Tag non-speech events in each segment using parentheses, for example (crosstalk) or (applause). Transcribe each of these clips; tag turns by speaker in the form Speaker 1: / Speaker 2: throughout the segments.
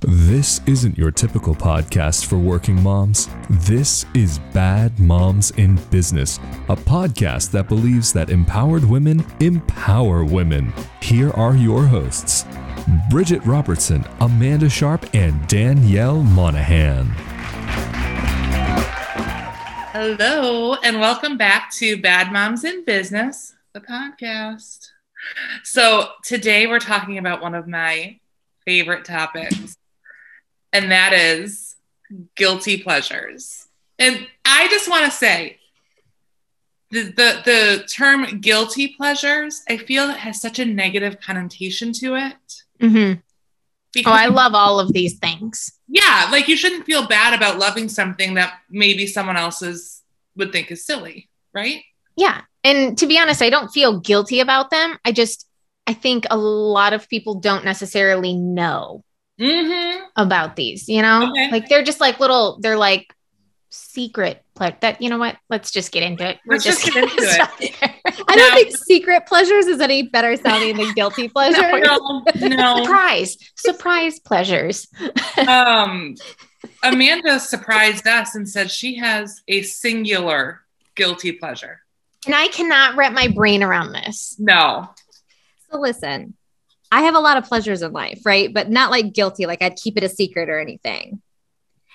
Speaker 1: This isn't your typical podcast for working moms. This is Bad Moms in Business, a podcast that believes that empowered women empower women. Here are your hosts Bridget Robertson, Amanda Sharp, and Danielle Monahan.
Speaker 2: Hello, and welcome back to Bad Moms in Business, the podcast. So, today we're talking about one of my favorite topics, and that is guilty pleasures. And I just want to say the, the, the term guilty pleasures, I feel it has such a negative connotation to it.
Speaker 3: (laughs) Mm-hmm. Oh,
Speaker 2: Because,
Speaker 3: I love all of these things.
Speaker 2: yeah, like you shouldn't feel bad about loving something that maybe someone else's would think is silly, right?
Speaker 3: Yeah. And to be honest, I don't feel guilty about them. I just, I think a lot of people don't necessarily know
Speaker 2: Mm-hmm.
Speaker 3: about these, you know?
Speaker 2: Okay.
Speaker 3: Like they're just like little, they're like secret pleasure. That, you know what? Let's just get into it.
Speaker 2: Let's just get
Speaker 3: (laughs)
Speaker 2: into it.
Speaker 3: it. I
Speaker 2: No.
Speaker 3: don't think secret pleasures is any better sounding than (laughs) guilty pleasure.
Speaker 2: No, no.
Speaker 3: Surprise, surprise pleasures.
Speaker 2: Um, Amanda surprised us and said she has a singular guilty pleasure.
Speaker 3: And I cannot wrap my brain around this.
Speaker 2: No.
Speaker 4: So listen, I have a lot of pleasures in life, right? But not like guilty, like I'd keep it a secret or anything.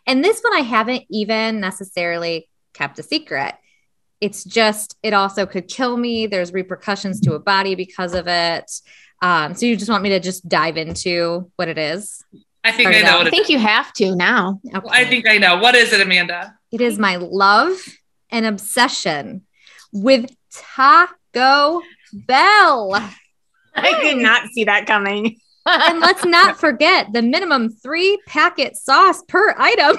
Speaker 4: And this one I haven't even necessarily kept a secret. It's just, it also could kill me. There's repercussions to a body because of it. Um, so you just want me to just dive into what it is?
Speaker 2: I think
Speaker 4: Started
Speaker 2: I know
Speaker 4: out.
Speaker 2: what
Speaker 3: I
Speaker 2: it is.
Speaker 3: think you have to now.
Speaker 4: Okay.
Speaker 2: I think I know. What is it, Amanda?
Speaker 4: it is my love and obsession with Taco Bell.
Speaker 3: I did not see that coming.
Speaker 4: and let's
Speaker 2: (laughs)
Speaker 4: not forget the minimum three packet sauce per item.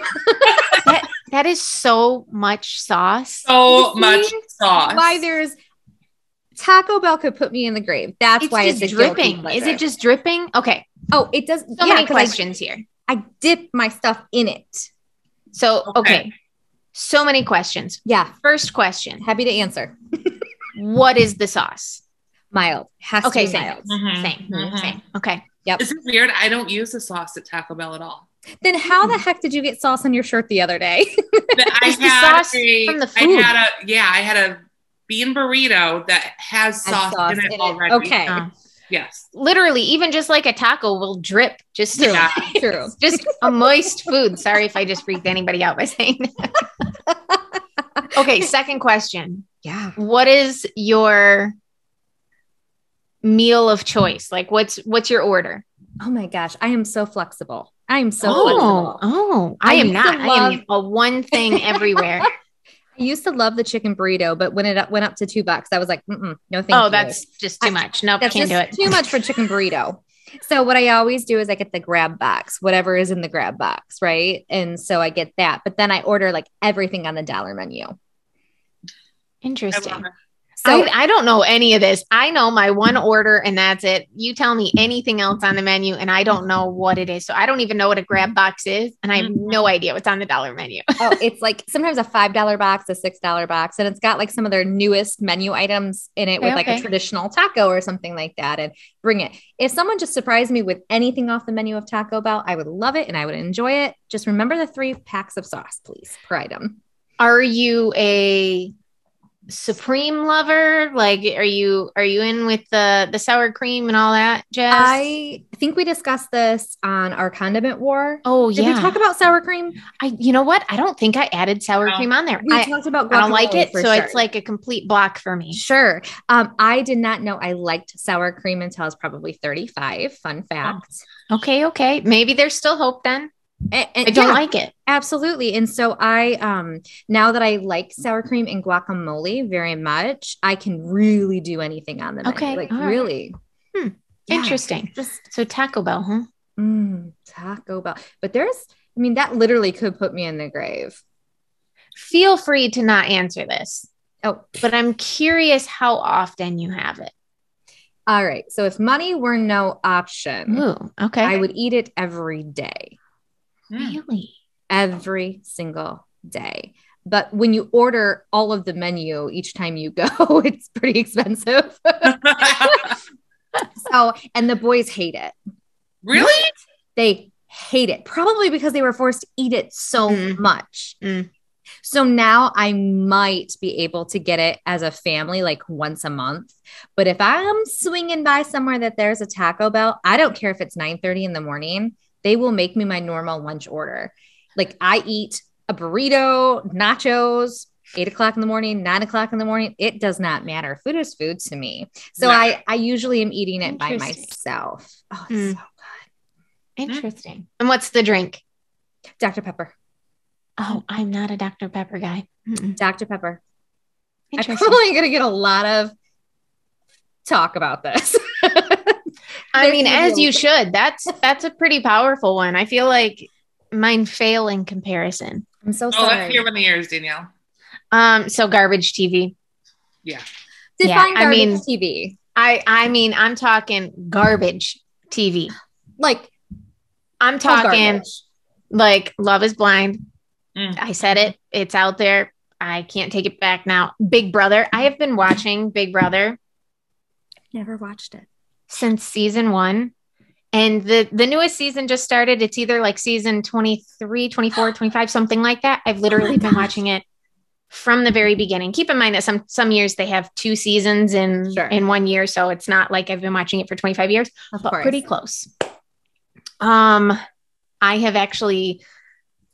Speaker 3: That is so much sauce.
Speaker 2: So
Speaker 4: You see
Speaker 2: much sauce.
Speaker 4: Why there's Taco Bell could put me in the grave. That's
Speaker 3: it's
Speaker 4: why
Speaker 3: just
Speaker 4: it's a guilty
Speaker 3: dripping. Is
Speaker 4: pleasure.
Speaker 3: it just dripping? Okay.
Speaker 4: Oh, it does.
Speaker 3: So
Speaker 4: yeah,
Speaker 3: many
Speaker 4: 'cause I-
Speaker 3: questions here.
Speaker 4: I, dip my stuff in it.
Speaker 3: So, okay.
Speaker 2: Okay.
Speaker 3: So many questions.
Speaker 4: Yeah,
Speaker 3: First question
Speaker 4: happy to answer.
Speaker 3: What is the sauce?
Speaker 4: Mild has
Speaker 3: Okay,
Speaker 4: to be
Speaker 3: same.
Speaker 4: mild.
Speaker 2: Mhm.
Speaker 3: Same.
Speaker 2: Mhm.
Speaker 3: Same. Okay.
Speaker 2: Is it weird? I don't use the sauce at Taco Bell at all.
Speaker 4: Then how the heck did you get sauce on your shirt the other day?
Speaker 2: But I
Speaker 3: It's the
Speaker 2: had
Speaker 3: sauce
Speaker 2: a,
Speaker 3: from the
Speaker 2: I
Speaker 3: food.
Speaker 2: had a yeah, I had a bean burrito that has
Speaker 4: Had
Speaker 2: (laughs) sauce, in it already. Um,
Speaker 4: Okay,
Speaker 3: Oh.
Speaker 2: Yes.
Speaker 3: Literally, even just like a taco will drip just through.
Speaker 2: Yeah.
Speaker 4: true.
Speaker 3: (laughs) Just a moist food. Sorry if I just freaked anybody out by saying that. (laughs) okay. Second question.
Speaker 4: Yeah.
Speaker 3: what is your meal of choice like what's what's your order
Speaker 4: Oh my gosh, I am so flexible. I am so
Speaker 3: oh
Speaker 4: flexible.
Speaker 3: oh i,
Speaker 4: I
Speaker 3: am
Speaker 4: used
Speaker 3: not
Speaker 4: to
Speaker 3: i
Speaker 4: love-
Speaker 3: am a one thing (laughs) everywhere
Speaker 4: I used to love the chicken burrito, but when it went up to two bucks, I was like, Mm-mm, no, thank you.
Speaker 3: oh that's just too
Speaker 4: I-
Speaker 3: much nope
Speaker 4: That's
Speaker 3: can't do it
Speaker 4: just too
Speaker 3: (laughs)
Speaker 4: much for chicken burrito. So what I always do is I get the grab box, whatever is in the grab box, right? And so I get that, but then I order like everything on the dollar menu.
Speaker 2: I love
Speaker 3: interesting
Speaker 2: it.
Speaker 4: So
Speaker 3: I, I don't know any of this i know my one order and that's it you tell me anything else on the menu and i don't know what it is so i don't even know what a grab box is and i have
Speaker 4: Mm-hmm.
Speaker 2: Mhm.
Speaker 3: no idea what's on the dollar menu (laughs)
Speaker 4: oh, it's like sometimes a five dollar box, a six dollar box, and it's got like some of their newest menu items in it with
Speaker 3: Okay,
Speaker 4: like
Speaker 3: okay.
Speaker 4: a traditional taco or something like that. And bring it. If someone just surprised me with anything off the menu of Taco Bell, I would love it and I would enjoy it. Just remember the three packs of sauce, please, per item.
Speaker 3: are you a supreme lover like are you are you in with the the sour cream and all that jazz
Speaker 4: I think we discussed this on our condiment war.
Speaker 3: oh
Speaker 4: Did
Speaker 3: yeah
Speaker 4: we talk about sour cream?
Speaker 3: i you know what i don't think i added sour
Speaker 2: No.
Speaker 3: cream on there
Speaker 4: We
Speaker 3: I,
Speaker 4: talked about
Speaker 3: I don't like
Speaker 4: guacamole
Speaker 3: it
Speaker 4: for
Speaker 3: so
Speaker 4: sure.
Speaker 3: it's like a complete block for me
Speaker 4: sure. Um, I did not know I liked sour cream until I was probably 35. Fun fact.
Speaker 3: okay okay maybe there's still hope then
Speaker 4: And, and-
Speaker 3: Oh. i don't
Speaker 4: yeah,
Speaker 3: like it
Speaker 4: absolutely. And so I um now that I like sour cream and guacamole very much, I can really do anything on them.
Speaker 3: Okay,
Speaker 4: Like
Speaker 3: all right. Hmm,
Speaker 4: really. Yeah.
Speaker 3: interesting
Speaker 4: Just
Speaker 3: so taco bell huh
Speaker 4: mm, Taco Bell. But there's I mean that literally could put me in the grave.
Speaker 3: feel free to not answer this
Speaker 4: Oh,
Speaker 3: but i'm curious how often you have it
Speaker 4: all right. So if money were no option,
Speaker 3: ooh okay
Speaker 4: Mm. I would eat it every day,
Speaker 2: Mm.
Speaker 3: really
Speaker 4: every single day. But when you order all of the menu each time you go, (laughs) it's pretty expensive. (laughs)
Speaker 2: Mm.
Speaker 4: so, and the boys hate it.
Speaker 2: (laughs)
Speaker 4: (laughs)
Speaker 2: really? Oh,
Speaker 4: They hate it, probably because they were forced to eat it so
Speaker 3: Mm.
Speaker 4: much.
Speaker 3: Mm.
Speaker 4: So now I might be able to get it as a family like once a month. But if I'm swinging by somewhere that there's a Taco Bell, I don't care if it's 9:30 in the morning, they will make me my normal lunch order. Like I eat a burrito, nachos, eight o'clock in the morning, nine o'clock in the morning. It does not matter. Food is food to me. So
Speaker 2: Right.
Speaker 4: I I usually am eating it by
Speaker 3: Interesting.
Speaker 4: myself. Oh, it's
Speaker 3: Mm.
Speaker 4: so good. Mm.
Speaker 3: Interesting. And what's the drink?
Speaker 4: Dr. Pepper.
Speaker 3: Oh, I'm not a Dr. Pepper guy. Mm-mm.
Speaker 4: Dr. Pepper. I'm
Speaker 3: Interesting.
Speaker 4: probably gonna get a lot of talk about
Speaker 3: (laughs)
Speaker 4: this.
Speaker 3: I mean,
Speaker 4: There's
Speaker 3: as
Speaker 4: no- (laughs)
Speaker 3: you should. That's that's a pretty powerful one. I feel like mine fail in comparison.
Speaker 4: I'm so
Speaker 2: Oh, let's
Speaker 4: sorry.
Speaker 2: hear one of yours, Danielle.
Speaker 3: Um, so garbage TV.
Speaker 4: Define
Speaker 3: Yeah, I
Speaker 4: garbage
Speaker 3: mean-
Speaker 4: TV.
Speaker 3: I I mean, I'm talking garbage TV.
Speaker 4: Like
Speaker 3: I'm
Speaker 4: full
Speaker 3: talking
Speaker 4: garbage.
Speaker 3: like Love is Blind.
Speaker 2: Mm.
Speaker 3: I said it. It's out there. I can't take it back now. Big Brother. I have been watching Big Brother
Speaker 4: Never watched it.
Speaker 3: since season 1. And the the newest season just started. It's either like season 23, 24, 25, something like that. I've literally
Speaker 4: (gasps)
Speaker 3: been
Speaker 4: gosh.
Speaker 3: watching it from the very beginning. Keep in mind that some some years they have two seasons in
Speaker 4: Sure.
Speaker 3: in one year, so it's not like I've been watching it for 25 years
Speaker 4: Of
Speaker 3: but
Speaker 4: course.
Speaker 3: pretty close. Um, I have actually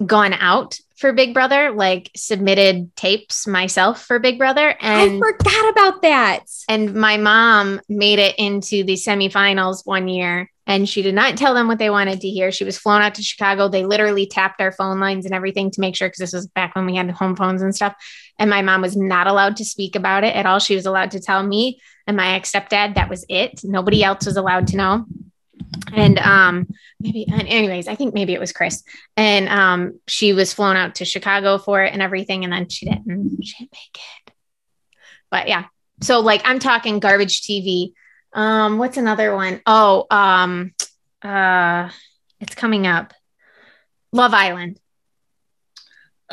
Speaker 3: gone out for Big Brother, like submitted tapes myself for Big Brother,
Speaker 4: I
Speaker 3: and
Speaker 4: forgot about that.
Speaker 3: and my mom made it into the semifinals one year, and she did not tell them what they wanted to hear. She was flown out to Chicago. They literally tapped our phone lines and everything to make sure because this was back when we had home phones and stuff. And my mom was not allowed to speak about it at all. She was allowed to tell me and my ex stepdad that was it. Nobody else was allowed to know and um maybe and anyways i think maybe it was chris and um she was flown out to chicago for it and everything and then she didn't she didn't make it but yeah so like i'm talking garbage tv um what's another one? Oh, um uh it's coming up love island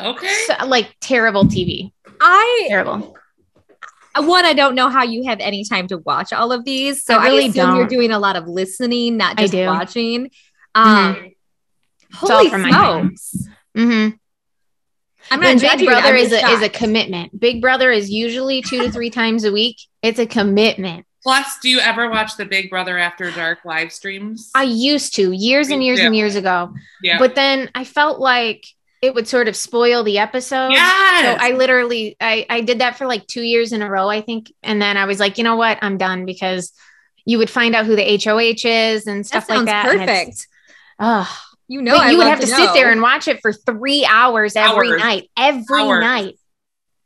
Speaker 2: Okay.
Speaker 3: so, like terrible tv
Speaker 4: I
Speaker 3: terrible
Speaker 4: one, I don't know how you have any time to watch all of these. So I
Speaker 3: I really
Speaker 4: assume you're
Speaker 3: don't.
Speaker 4: doing a lot of listening, not
Speaker 3: I
Speaker 4: just
Speaker 3: do.
Speaker 4: watching. Um,
Speaker 3: all
Speaker 4: Holy
Speaker 3: from my phone.
Speaker 4: smokes!
Speaker 3: hmm
Speaker 4: I'm
Speaker 3: Then
Speaker 4: not
Speaker 3: Big
Speaker 4: judging.
Speaker 3: Brother
Speaker 4: I'm
Speaker 3: is
Speaker 4: just
Speaker 3: a, is a
Speaker 4: shocked.
Speaker 3: commitment. Big Brother is usually two to three times a week. It's a commitment.
Speaker 2: Plus, do you ever watch the Big Brother After Dark live streams?
Speaker 3: I used to years and
Speaker 2: Me
Speaker 3: years
Speaker 2: too.
Speaker 3: and years ago,
Speaker 2: yeah.
Speaker 3: but then I felt like it would sort of spoil the
Speaker 4: (laughs)
Speaker 3: episode. So
Speaker 2: yes.
Speaker 3: I literally I, I did that for like two years in a row, I think. And then I was like, you know what? I'm done because you would find out who the HOH is and
Speaker 4: that
Speaker 3: stuff
Speaker 4: sounds
Speaker 3: like that. and it's-
Speaker 4: perfect.
Speaker 3: Ugh.
Speaker 4: You know,
Speaker 3: But
Speaker 4: I
Speaker 3: you would
Speaker 4: love
Speaker 3: have to,
Speaker 4: to
Speaker 3: sit there
Speaker 4: know.
Speaker 3: and watch it for three hours every
Speaker 2: Hours.
Speaker 3: night. Every
Speaker 2: Hours.
Speaker 3: night.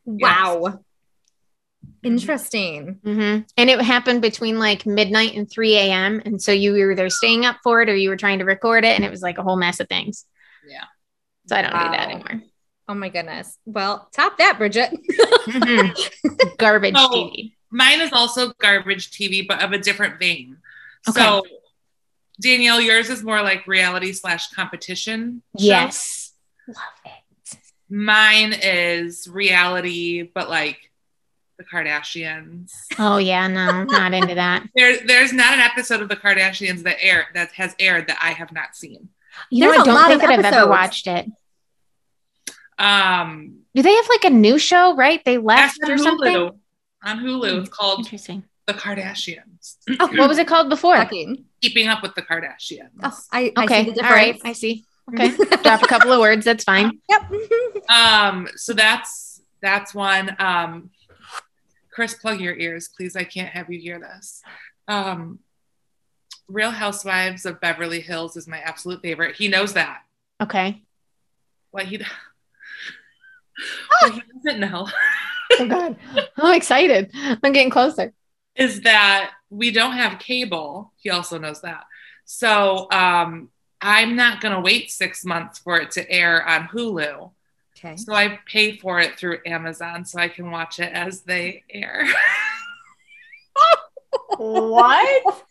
Speaker 4: wow. Interesting.
Speaker 3: hmm And it happened between like midnight and 3 a.m. And so you were either staying up for it or you were trying to record it. And it was like a whole mess of things.
Speaker 2: Yeah.
Speaker 3: So I don't do that
Speaker 4: Wow.
Speaker 3: anymore.
Speaker 4: Oh my goodness. Well, top that, (laughs) Bridget. (laughs)
Speaker 3: Mhm. Garbage
Speaker 2: So-
Speaker 3: TV.
Speaker 2: Mine is also garbage TV, but of a different vein.
Speaker 3: Okay.
Speaker 2: So, Danielle, yours is more like reality slash competition. show.
Speaker 3: Yes. Love it.
Speaker 2: Mine is reality, but like the Kardashians.
Speaker 3: Oh, yeah. No, not into that.
Speaker 2: There, there's not an episode of the Kardashians that air that has aired that I have not seen.
Speaker 3: You know,
Speaker 4: There's
Speaker 3: I
Speaker 4: a
Speaker 3: don't
Speaker 4: lot
Speaker 3: think
Speaker 4: of
Speaker 3: that I've ever
Speaker 4: episodes.
Speaker 3: watched it.
Speaker 2: Um,
Speaker 3: Do they have like a new show, right? They left
Speaker 2: that's
Speaker 3: or
Speaker 2: on
Speaker 3: something?
Speaker 2: Hulu. On Hulu, it's called
Speaker 3: Interesting.
Speaker 2: The Kardashians. (clears throat)
Speaker 3: Oh, what was it called before?
Speaker 4: Fucking.
Speaker 2: Keeping up with the Kardashians.
Speaker 4: Oh, I, I see
Speaker 3: Okay.
Speaker 4: the
Speaker 3: All right.
Speaker 4: difference.
Speaker 3: I see. Okay.
Speaker 4: (laughs)
Speaker 3: Drop a couple of words. That's fine.
Speaker 4: Yep.
Speaker 2: Um, so that's that's one. Um, Chris, plug your ears, please. I can't have you hear this. Um, Real Housewives of Beverly Hills is my absolute favorite. He knows that.
Speaker 3: Okay.
Speaker 2: What he, (laughs) what he doesn't know
Speaker 3: Oh God. I'm excited. I'm getting closer.
Speaker 2: is that we don't have cable. He also knows that. So um, I'm not going to wait six months for it to air on Hulu.
Speaker 4: okay.
Speaker 2: So I pay for it through Amazon so I can watch it as they air. (laughs)
Speaker 3: What?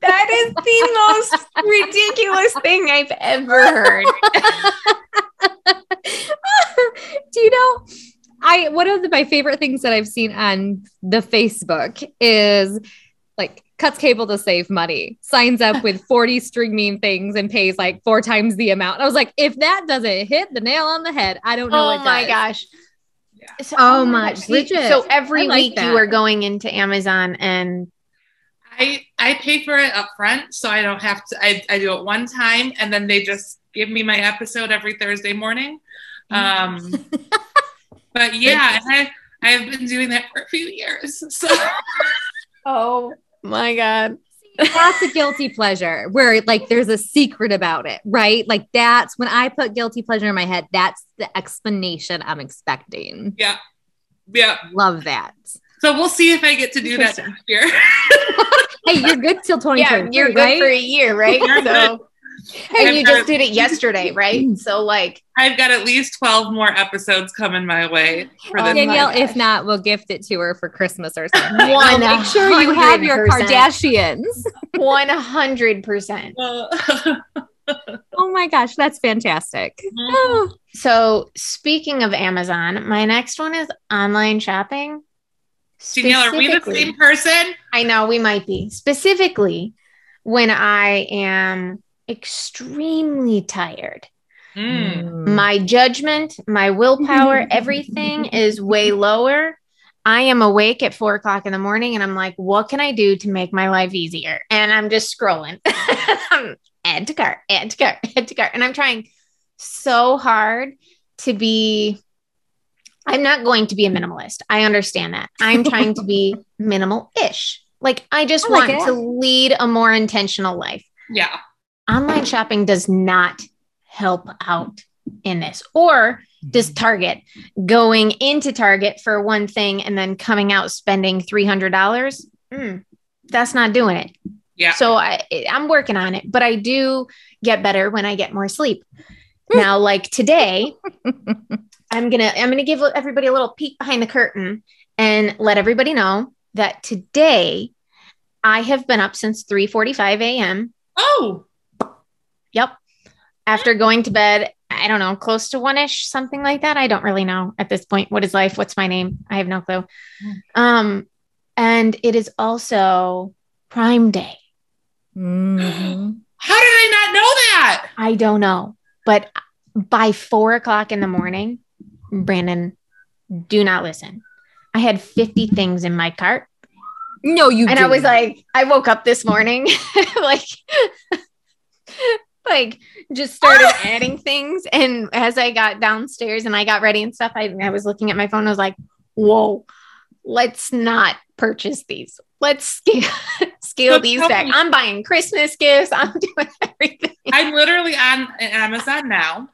Speaker 3: That is the most ridiculous thing I've ever heard.
Speaker 4: Do you know? I one of the, my favorite things that I've seen on the Facebook is like cuts cable to save money, signs up (laughs) with 40 streaming things and pays like four times the amount. And I was like, if that doesn't hit the nail on the head, I don't know.
Speaker 3: (laughs) oh
Speaker 4: what
Speaker 3: my
Speaker 4: does.
Speaker 3: gosh.
Speaker 2: Yeah.
Speaker 3: So,
Speaker 4: Oh my
Speaker 3: gosh.
Speaker 4: goodness.
Speaker 3: So every
Speaker 4: I like
Speaker 3: week
Speaker 4: that.
Speaker 3: you are going into Amazon and
Speaker 2: I I pay for it up front, so I don't have to. I, I do it one time, and then they just give me my episode every Thursday morning. Um, but yeah, and I I've been doing that for a few years. So (laughs)
Speaker 3: Oh my god.
Speaker 4: That's a guilty pleasure where like there's a secret about it, right? Like that's when I put guilty pleasure in my head, that's the explanation I'm expecting.
Speaker 2: yeah,
Speaker 4: Love that.
Speaker 2: so we'll see if I get to do that next year. (laughs)
Speaker 4: Hey, you're good till 2023,
Speaker 3: Yeah, you're good
Speaker 4: right?
Speaker 3: for a year, (laughs) right?
Speaker 2: You're
Speaker 3: So
Speaker 2: I'm
Speaker 3: and
Speaker 2: sorry.
Speaker 3: you just did it yesterday, (clears throat) right? So like
Speaker 2: I've got at least twelve more episodes coming my way for
Speaker 3: Oh,
Speaker 2: this.
Speaker 3: yeah.
Speaker 4: Danielle,
Speaker 3: my gosh.
Speaker 4: if not, we'll gift it to her for Christmas or
Speaker 3: (laughs)
Speaker 4: something.
Speaker 3: One
Speaker 4: Make sure you have your
Speaker 3: hundred
Speaker 4: Kardashians.
Speaker 3: one hundred percent.
Speaker 2: (laughs) Uh,
Speaker 4: Oh my gosh, that's
Speaker 3: (sighs)
Speaker 4: fantastic.
Speaker 2: Mhm.
Speaker 3: Mm.
Speaker 4: Oh,
Speaker 3: So speaking of Amazon, my next one is online shopping.
Speaker 2: Danielle, are we the
Speaker 3: Specifically-
Speaker 2: same person?
Speaker 3: I know we might be. Specifically when I am extremely tired.
Speaker 2: Mm.
Speaker 4: Mm-hmm.
Speaker 3: My judgment,
Speaker 4: (laughs)
Speaker 3: my willpower, everything is way lower. I am awake at four o'clock in the morning and I'm like, what can I do to make my life easier? And I'm just scrolling. (laughs) add to cart, add to cart, (laughs) add to cart. And I'm trying so hard to be, I'm not going to be a minimalist. I understand that. I'm trying to
Speaker 4: (laughs)
Speaker 3: be minimal ish. Like, I just
Speaker 4: I like
Speaker 3: want
Speaker 4: it.
Speaker 3: to lead a more intentional life
Speaker 2: Yeah.
Speaker 3: online shopping does not help out in this or does target going into target for one thing and then coming out spending $300 Mm, that's not doing it
Speaker 2: Yeah.
Speaker 3: so I, i'm working on it but i do get better when i get more sleep now like today i'm gonna i'm gonna give everybody a little peek behind the curtain and let everybody know that today i have been up since 3.45 a.m
Speaker 2: Oh.
Speaker 3: Yep. After going to bed, I don't know, close to one ish, something like that. I don't really know at this point. What is life? What's my name? I have no clue. Um, and it is also Prime Day. Mm-hmm.
Speaker 4: Mhm.
Speaker 2: How did I not know that?
Speaker 3: I don't know, but by four o'clock in the morning, Brandon, do not listen. I had 50 things in my cart.
Speaker 4: No, you
Speaker 3: (laughs) and I was
Speaker 4: didn't.
Speaker 3: like, I woke up this morning, (laughs) like, like just started adding things. And as I got downstairs and I got ready and stuff, I, I was looking at my phone. I was like, whoa, let's not purchase these. Let's scale, (laughs) scale
Speaker 2: That's
Speaker 3: these
Speaker 2: how
Speaker 3: back.
Speaker 2: we-
Speaker 3: I'm buying Christmas gifts. I'm (laughs) doing everything.
Speaker 2: I'm literally on Amazon now.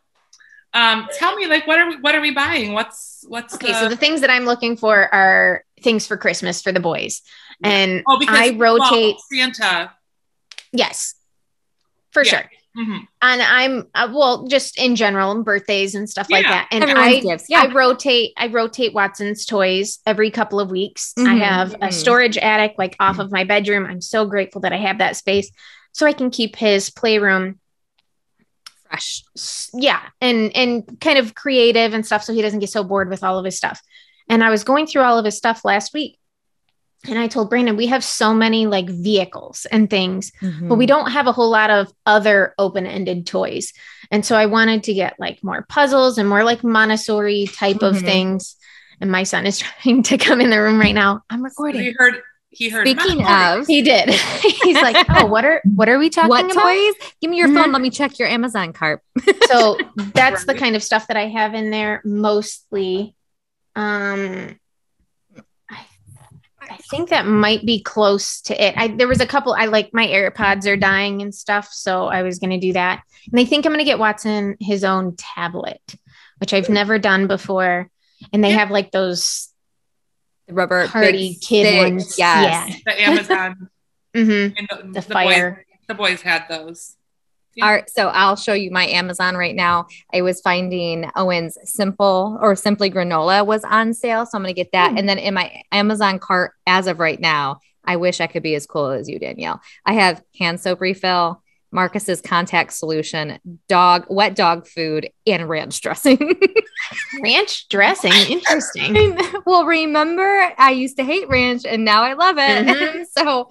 Speaker 2: Um, tell me, like, what are we, what are we buying? What's what's
Speaker 3: Okay, so the things that I'm looking for are things for Christmas for the boys. And
Speaker 2: oh, because
Speaker 3: I rotate,
Speaker 2: well, Santa.
Speaker 3: yes, for
Speaker 2: Yeah.
Speaker 3: sure.
Speaker 2: Mhm.
Speaker 3: and I'm uh, well, just in general, and birthdays and stuff like
Speaker 2: Yeah,
Speaker 3: that. And
Speaker 4: Everyone's
Speaker 3: I,
Speaker 4: gifts.
Speaker 3: I rotate, I rotate Watson's toys every couple of weeks. I
Speaker 4: Mhm,
Speaker 3: have a
Speaker 4: mhm.
Speaker 3: storage attic like off of my bedroom. I'm so grateful that I have that space, so I can keep his playroom,
Speaker 4: fresh.
Speaker 3: s- yeah, and and kind of creative and stuff, so he doesn't get so bored with all of his stuff. And I was going through all of his stuff last week, and I told Brandon we have so many like vehicles and things but
Speaker 4: Hmm.
Speaker 3: we don't have a whole lot of other open-ended toys and so i wanted to get like more puzzles and more like montessori type of
Speaker 4: Mhm.
Speaker 3: things and my son is (laughs) trying to come in the room right now i'm recording
Speaker 2: He heard. He heard.
Speaker 4: Speaking
Speaker 2: mine.
Speaker 4: of,
Speaker 3: he did (laughs) he's like oh what are what are we talking
Speaker 4: what
Speaker 3: about
Speaker 4: toys? Give me your
Speaker 3: Mhm.
Speaker 4: phone. Let me check your Amazon cart.
Speaker 2: (laughs)
Speaker 3: so that's the
Speaker 2: Right.
Speaker 3: kind of stuff that i have in there mostly um I I think that might be close to it. I, there was a couple. I like my AirPods are dying and stuff, so I was going to do that. And I think I'm going to get Watson his own tablet, which I've never done before. And they
Speaker 2: Yeah.
Speaker 3: have like those.
Speaker 4: The rubber
Speaker 3: Party
Speaker 4: big
Speaker 3: kid
Speaker 4: stick.
Speaker 3: ones.
Speaker 4: Yes.
Speaker 2: the
Speaker 3: (laughs)
Speaker 2: Amazon
Speaker 3: hmm
Speaker 2: and the,
Speaker 3: the
Speaker 2: the
Speaker 3: fire.
Speaker 2: Boys, the boys had those. Yeah.
Speaker 4: Our, so I'll show you my Amazon right now. I was finding Owen's simple or simply granola was on sale. So I'm going to get that.
Speaker 3: Hmm.
Speaker 4: And then in my Amazon cart as of right now, I wish I could be as cool as you, Danielle. I have hand soap refill, Marcus's contact solution, dog, wet dog food, and ranch dressing. (laughs)
Speaker 3: Ranch dressing.
Speaker 2: (laughs)
Speaker 3: Interesting.
Speaker 4: well, remember I used to hate ranch and now I love it.
Speaker 3: Mhm.
Speaker 4: (laughs) so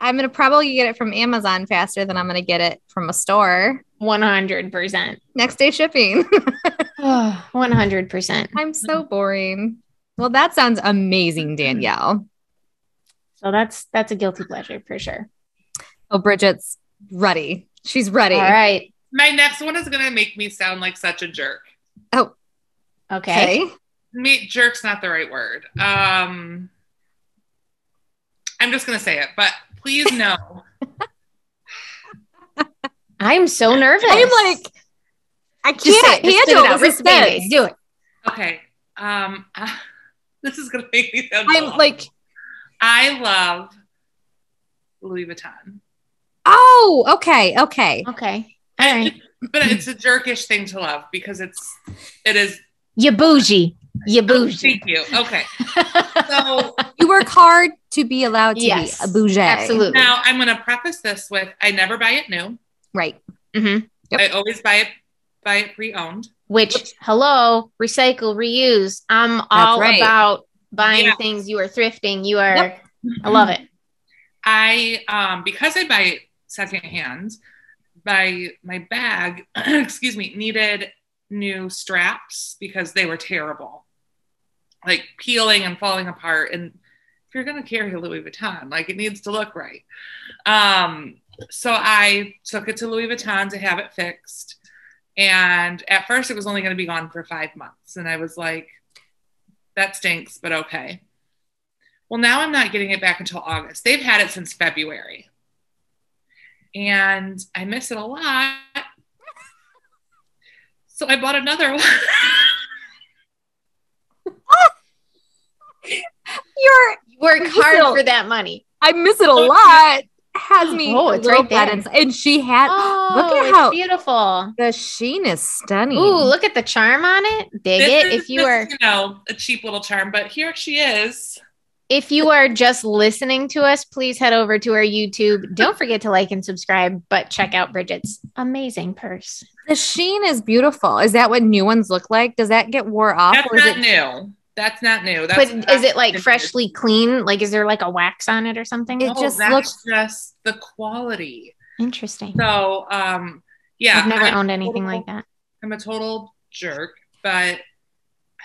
Speaker 4: I'm gonna probably get it from Amazon faster than I'm gonna get it from a store.
Speaker 3: 100%.
Speaker 2: (sighs)
Speaker 4: Next day shipping. (laughs)
Speaker 3: 100%.
Speaker 4: I'm
Speaker 3: Mm-hmm.
Speaker 4: so boring. Well, that sounds amazing, Danielle.
Speaker 3: So that's that's a guilty pleasure for sure.
Speaker 4: Oh, Bridget's ready. She's ready.
Speaker 3: All right.
Speaker 2: My next one is going to make me sound like such a jerk.
Speaker 3: Okay.
Speaker 4: Okay.
Speaker 2: Me, jerk's not the right word. Um, I'm just going to say it, but please know.
Speaker 3: I'm so nervous.
Speaker 4: I'm like, I can't
Speaker 3: Just say it. Just spit
Speaker 4: handle
Speaker 3: it out.
Speaker 4: this
Speaker 3: Risk baby.
Speaker 4: suspense. Do it.
Speaker 2: okay. Um, (laughs) this is going to make me sound.
Speaker 4: I'm
Speaker 2: awful.
Speaker 4: like,
Speaker 2: I love Louis Vuitton.
Speaker 4: oh, okay, okay.
Speaker 3: okay. All right.
Speaker 2: But it's
Speaker 3: (laughs)
Speaker 2: a jerkish thing to love because it's it is
Speaker 3: You bougie.
Speaker 4: (laughs)
Speaker 3: You bougie. (laughs)
Speaker 2: Thank you. Okay. So
Speaker 4: You work hard to be allowed to
Speaker 3: Yes,
Speaker 4: be a bougie.
Speaker 3: Absolutely.
Speaker 2: now I'm gonna preface this with I never buy it new.
Speaker 4: Right.
Speaker 3: Mhm.
Speaker 2: I always buy it buy it pre-owned.
Speaker 3: Which hello, recycle, reuse. I'm all
Speaker 4: right.
Speaker 3: about buying
Speaker 2: Yeah.
Speaker 3: things. You are thrifting. You are.
Speaker 4: Yep.
Speaker 3: I love it.
Speaker 2: I um because I buy it secondhand, my my bag, (clears throat) excuse me, needed new straps because they were terrible. Like peeling and falling apart. And if you're gonna carry a Louis Vuitton, like it needs to look right. Um, so I took it to Louis Vuitton to have it fixed. And at first it was only gonna be gone for five months. And I was like, that stinks, but okay. Well, now I'm not getting it back until August. They've had it since February. And I miss it a lot. So I bought another one.
Speaker 4: You're,
Speaker 3: You work hard
Speaker 4: Still-
Speaker 3: for that money.
Speaker 4: I miss
Speaker 2: Oh,
Speaker 4: it a lot. Has me.
Speaker 3: Oh,
Speaker 4: a
Speaker 3: it's
Speaker 4: little
Speaker 3: right there.
Speaker 4: bad inside. And she had
Speaker 3: Oh,
Speaker 4: look at
Speaker 3: it's
Speaker 4: how-
Speaker 3: beautiful.
Speaker 4: the sheen is stunning.
Speaker 3: Ooh, look at the charm on it. Dig
Speaker 2: This (laughs)
Speaker 3: it.
Speaker 2: is-
Speaker 3: If you
Speaker 2: this
Speaker 3: are
Speaker 2: is, you know, a cheap little charm, but here she is.
Speaker 3: if you are just listening to us, please head over to our YouTube. Don't forget to like and subscribe, but check out Bridget's amazing purse.
Speaker 4: The sheen is beautiful. Is that what new ones look like? Does that get wore off?
Speaker 2: That's
Speaker 4: or is
Speaker 2: not
Speaker 4: it
Speaker 2: new. That's not new. That's
Speaker 3: But is it like freshly clean? Like, is there like a wax on it or something?
Speaker 4: It-
Speaker 2: No,
Speaker 4: just
Speaker 2: that's
Speaker 4: looks-
Speaker 2: just the quality.
Speaker 3: Interesting.
Speaker 2: So um yeah,
Speaker 3: I've never
Speaker 2: I-
Speaker 3: owned
Speaker 2: (laughs)
Speaker 3: anything like that.
Speaker 2: I'm a total jerk, but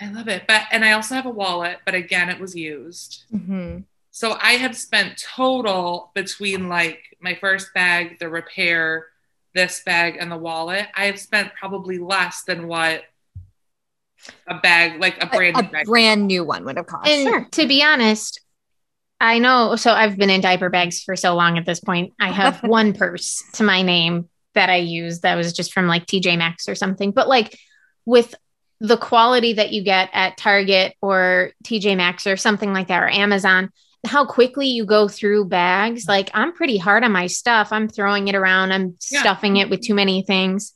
Speaker 2: I love it. But and I also have a wallet, but again, it was used.
Speaker 4: Mhm.
Speaker 2: So I have spent total between like my first bag, the repair, this bag, and the wallet. I have spent probably less than what a bag, like a brand
Speaker 4: a,
Speaker 2: new bag.
Speaker 4: brand new one would have cost?
Speaker 3: And to be honest, I know. So I've been in diaper bags for so long at this point. I have one purse to my name that I use that was just from like TJ Maxx or something. But like with the quality that you get at Target or TJ Maxx or something like that or Amazon, how quickly you go through bags. Like I'm pretty hard on my stuff. I'm throwing it around, I'm
Speaker 2: Yeah.
Speaker 3: stuffing it with too many things.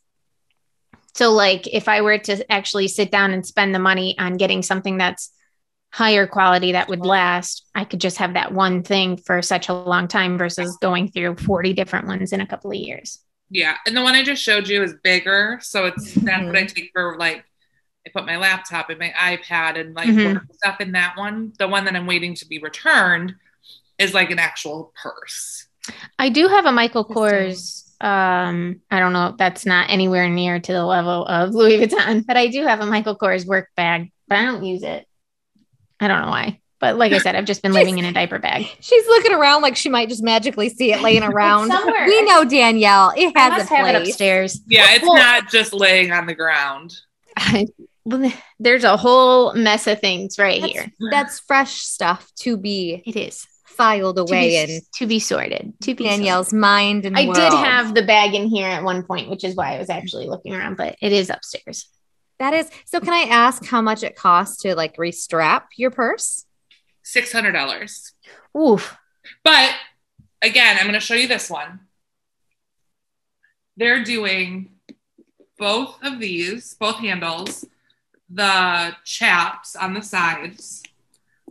Speaker 3: So, like, if I were to actually sit down and spend the money on getting something that's higher quality that would last, I could just have that one thing for such a long time versus going through 40 different ones in a couple of years.
Speaker 2: Yeah. And the one I just showed you is bigger. So it's that's what I take for like I put my laptop and my iPad and like
Speaker 3: Mhm.
Speaker 2: work stuff in that one. The one that I'm waiting to be returned is like an actual purse.
Speaker 3: I do have a Michael Kors.
Speaker 4: Interesting.
Speaker 3: Um, I don't know. That's not anywhere near to the level of (laughs) Louis Vuitton, but I do have a Michael Kors work bag, but I don't use it. I don't know why. But like I said,
Speaker 4: (laughs)
Speaker 3: I've just been living in a diaper bag.
Speaker 4: She's looking around like she might just magically see it
Speaker 3: (laughs)
Speaker 4: laying around.
Speaker 3: somewhere.
Speaker 4: we know Danielle. It
Speaker 3: I
Speaker 4: has
Speaker 3: must
Speaker 4: a
Speaker 3: have it
Speaker 4: place.
Speaker 3: upstairs.
Speaker 2: Yeah, it's
Speaker 3: Well-
Speaker 2: not just laying on the ground.
Speaker 3: (laughs) There's a whole mess of things right
Speaker 4: That's-
Speaker 3: here.
Speaker 4: That's fresh stuff to be
Speaker 3: It is
Speaker 4: filed
Speaker 3: to be,
Speaker 4: away in
Speaker 3: to be sorted. To be
Speaker 4: Danielle's
Speaker 3: sorted.
Speaker 4: mind and
Speaker 3: I did
Speaker 4: world.
Speaker 3: have the bag in here at one point, which is why I was actually looking around, but it is upstairs.
Speaker 4: that is so. Can I ask how much it costs to like restrap your purse?
Speaker 2: Six hundred dollars.
Speaker 3: Oof.
Speaker 2: But again, I'm going to show you this one. They're doing both of these, both handles, the chaps on the sides,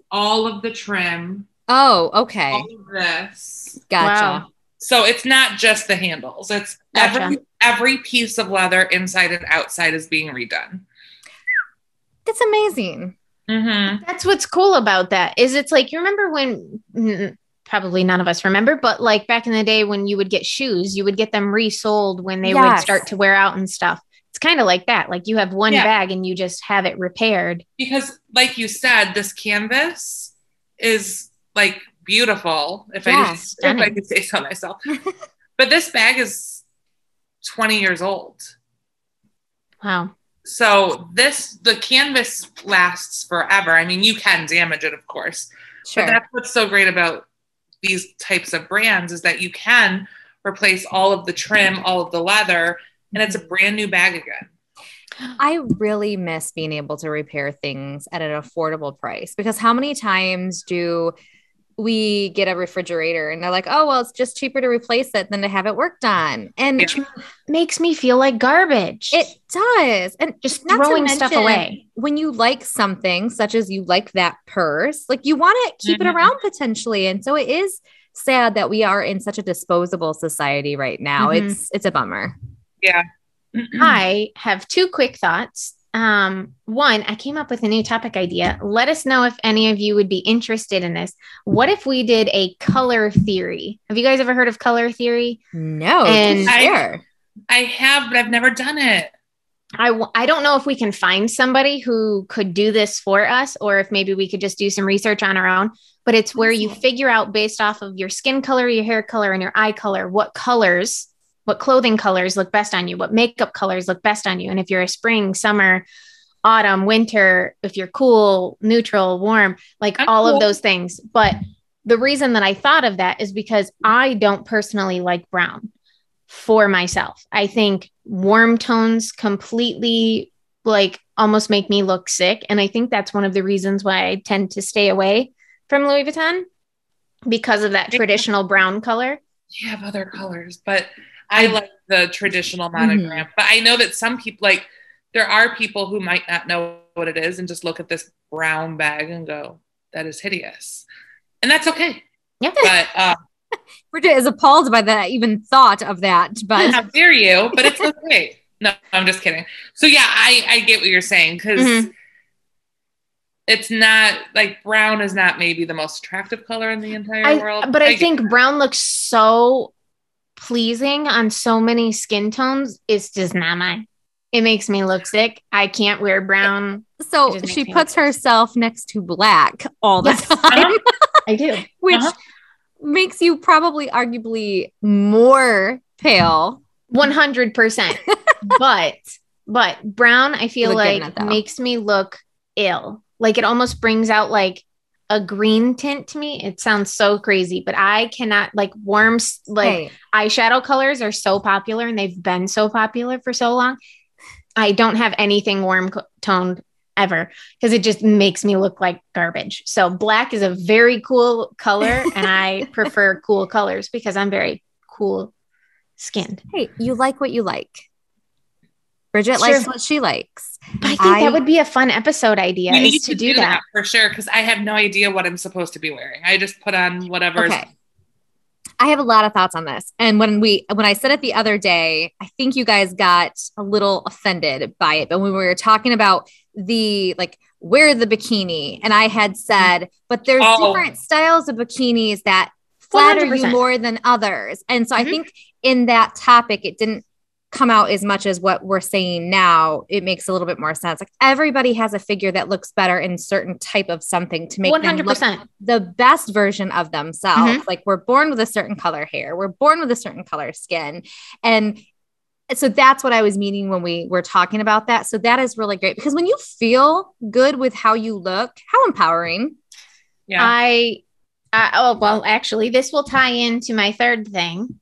Speaker 2: all of the trim,
Speaker 4: Oh, okay,
Speaker 2: all of this.
Speaker 4: gotcha.
Speaker 2: So it's not just the handles. It's every every piece of leather inside and outside is being redone.
Speaker 4: That's amazing.
Speaker 2: Mm-hmm.
Speaker 3: That's what's cool about that is it's like you remember when mm, probably none of us remember, but like back in the day when you would get shoes, you would get them resold when they would
Speaker 4: Yes.
Speaker 3: start to wear out and stuff. It's kind of like that. Like you have one
Speaker 2: Yeah.
Speaker 3: bag and you just have it repaired.
Speaker 2: because like you said this canvas is like beautiful if
Speaker 4: Yeah,
Speaker 2: i just, if i (laughs)
Speaker 3: stunning.
Speaker 2: could say so myself but this bag is 20 years old
Speaker 3: Wow.
Speaker 2: so this the canvas lasts forever i mean you can damage it of course
Speaker 4: Sure.
Speaker 2: But that's what's so great about these types of brands is that you can replace all of the trim, all of the leather, and it's a brand new bag again.
Speaker 4: I really miss being able to repair things at an affordable price because how many times do we get a refrigerator and they're like, oh, well, it's just cheaper to replace it than to have it worked on. And
Speaker 2: Yeah.
Speaker 3: Makes me feel like garbage.
Speaker 4: it does. And
Speaker 3: just
Speaker 4: not to
Speaker 3: throwing stuff
Speaker 4: mention-
Speaker 3: away.
Speaker 4: when you like something, such as you like that purse, like you want to keep
Speaker 3: Mm-hmm.
Speaker 2: Mhm.
Speaker 4: it around potentially. And so it is sad that we are in such a disposable society right now.
Speaker 3: Mhm.
Speaker 4: It's it's a bummer.
Speaker 2: Mm.
Speaker 3: I have two quick thoughts. Um, one, I came up with a new topic idea. Let us know if any of you would be interested in this. What if we did a color theory? Have you guys ever heard of color theory?
Speaker 4: No,
Speaker 3: And-
Speaker 4: for sure.
Speaker 2: (clears throat) I have, but I've never done it.
Speaker 3: I, w- I don't know if we can find somebody who could do this for us or if maybe we could just do some research on our own. But it's where
Speaker 2: Mm-hmm.
Speaker 3: you figure out based off of your skin color, your hair color, and your eye color what colors, what clothing colors look best on you, what makeup colors look best on you. And if you're a spring, summer, autumn, winter, if you're cool, neutral, warm, like
Speaker 2: I'm
Speaker 3: all
Speaker 2: cool.
Speaker 3: of those things. But the reason that I thought of that is because I don't personally like brown for myself. I think warm tones completely like almost make me look sick. And I think that's one of the reasons why I tend to stay away from Louis Vuitton because of that traditional brown color.
Speaker 2: You have other colors, but I like the traditional
Speaker 3: Mm-hmm.
Speaker 2: monogram. But I know that some people like there are people who might not know what it is and just look at this brown bag and go, that is hideous. And that's okay.
Speaker 3: Yep.
Speaker 2: But uh,
Speaker 4: Bridget is appalled by that even thought of that,
Speaker 3: (laughs)
Speaker 4: but
Speaker 2: How dare you? But it's okay. No, I'm just kidding. So yeah, I I get what you're saying because
Speaker 3: Mhm.
Speaker 2: it's not like brown is not maybe the most attractive color in the entire
Speaker 3: I-
Speaker 2: world.
Speaker 3: but I,
Speaker 2: get-
Speaker 3: think brown looks so pleasing on so many skin tones. It's just not mine. It makes me look sick. I can't wear brown. It
Speaker 4: so
Speaker 3: just makes
Speaker 4: she
Speaker 3: me
Speaker 4: puts
Speaker 3: look-
Speaker 4: herself next to black all the (laughs)
Speaker 3: Yes. Uh-huh.
Speaker 4: time.
Speaker 3: I do.
Speaker 4: which
Speaker 2: Uh-huh.
Speaker 4: makes you probably arguably more pale.
Speaker 3: One hundred percent. But but brown, I feel
Speaker 4: You look good in
Speaker 3: like
Speaker 4: it, though.
Speaker 3: makes me look ill. Like it almost brings out like a green tint to me. It sounds so crazy, but I cannot like warm s- like
Speaker 4: Right.
Speaker 3: eyeshadow colors are so popular and they've been so popular for so long. I don't have anything warm co- toned ever because it just makes me look like garbage. So black is a very cool color and I prefer cool colors because I'm very cool skinned.
Speaker 4: hey, you like what you like. Bridget
Speaker 3: Sure.
Speaker 4: likes what she likes.
Speaker 3: I think
Speaker 4: I-
Speaker 3: that would be a fun episode idea
Speaker 2: we
Speaker 3: is
Speaker 2: need
Speaker 3: to, do, that.
Speaker 2: for sure because I have no idea what I'm supposed to be wearing. I just put on whatever.
Speaker 4: Okay. I have a lot of thoughts on this. And when we when I said it the other day, I think you guys got a little offended by it. But when we were talking about the like wear the bikini, and I had said, but there's
Speaker 2: Mm-hmm. Oh.
Speaker 4: different styles of bikinis that flatter you
Speaker 3: 100%.
Speaker 4: more than others. And so
Speaker 3: Mhm.
Speaker 2: Mm-hmm.
Speaker 4: I think in that topic it didn't come out as much as what we're saying now. It makes a little bit more sense. Like everybody has a figure that looks better in certain type of something to make
Speaker 3: One
Speaker 4: 100%
Speaker 3: hundred percent.
Speaker 4: the best version of themselves.
Speaker 3: Mm-hmm.
Speaker 4: Like we're born with a certain color hair, we're born with a certain color skin. And so that's what I was meaning when we were talking about that. So that is really great because when you feel good with how you look, how empowering.
Speaker 2: Yeah.
Speaker 3: I, I oh well, actually, this will tie into my third thing,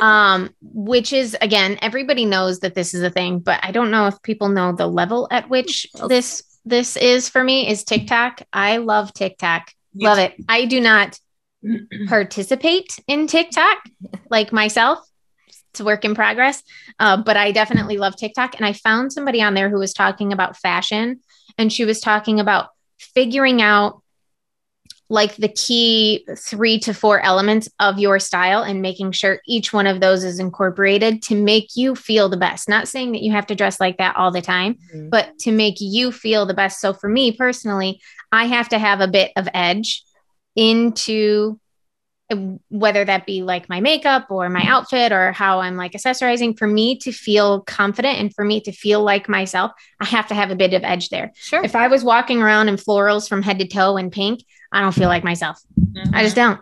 Speaker 3: um, which is again, everybody knows that this is a thing, but I don't know if people know the level at which this this is for me is TikTok. I love TikTok. Love it. I do not Uh,
Speaker 2: (clears throat) Mm-hmm.
Speaker 3: participate in TikTok like myself. It's a work in progress. Uh, but I definitely love TikTok. And I found somebody on there who was talking about fashion and she was talking about figuring out like the key three to four elements of your style and making sure each one of those is incorporated to make you feel the best. Not saying that you have to dress like that all the time, but to make you feel the best. So for me personally, I have to have a bit of edge into whether that be like my makeup or my outfit or how I'm like accessorizing, for me to feel confident and for me to feel like myself, I have to have a bit of edge there.
Speaker 4: Sure.
Speaker 3: If I was walking around in florals from head to toe in pink, I don't feel like myself. I just don't.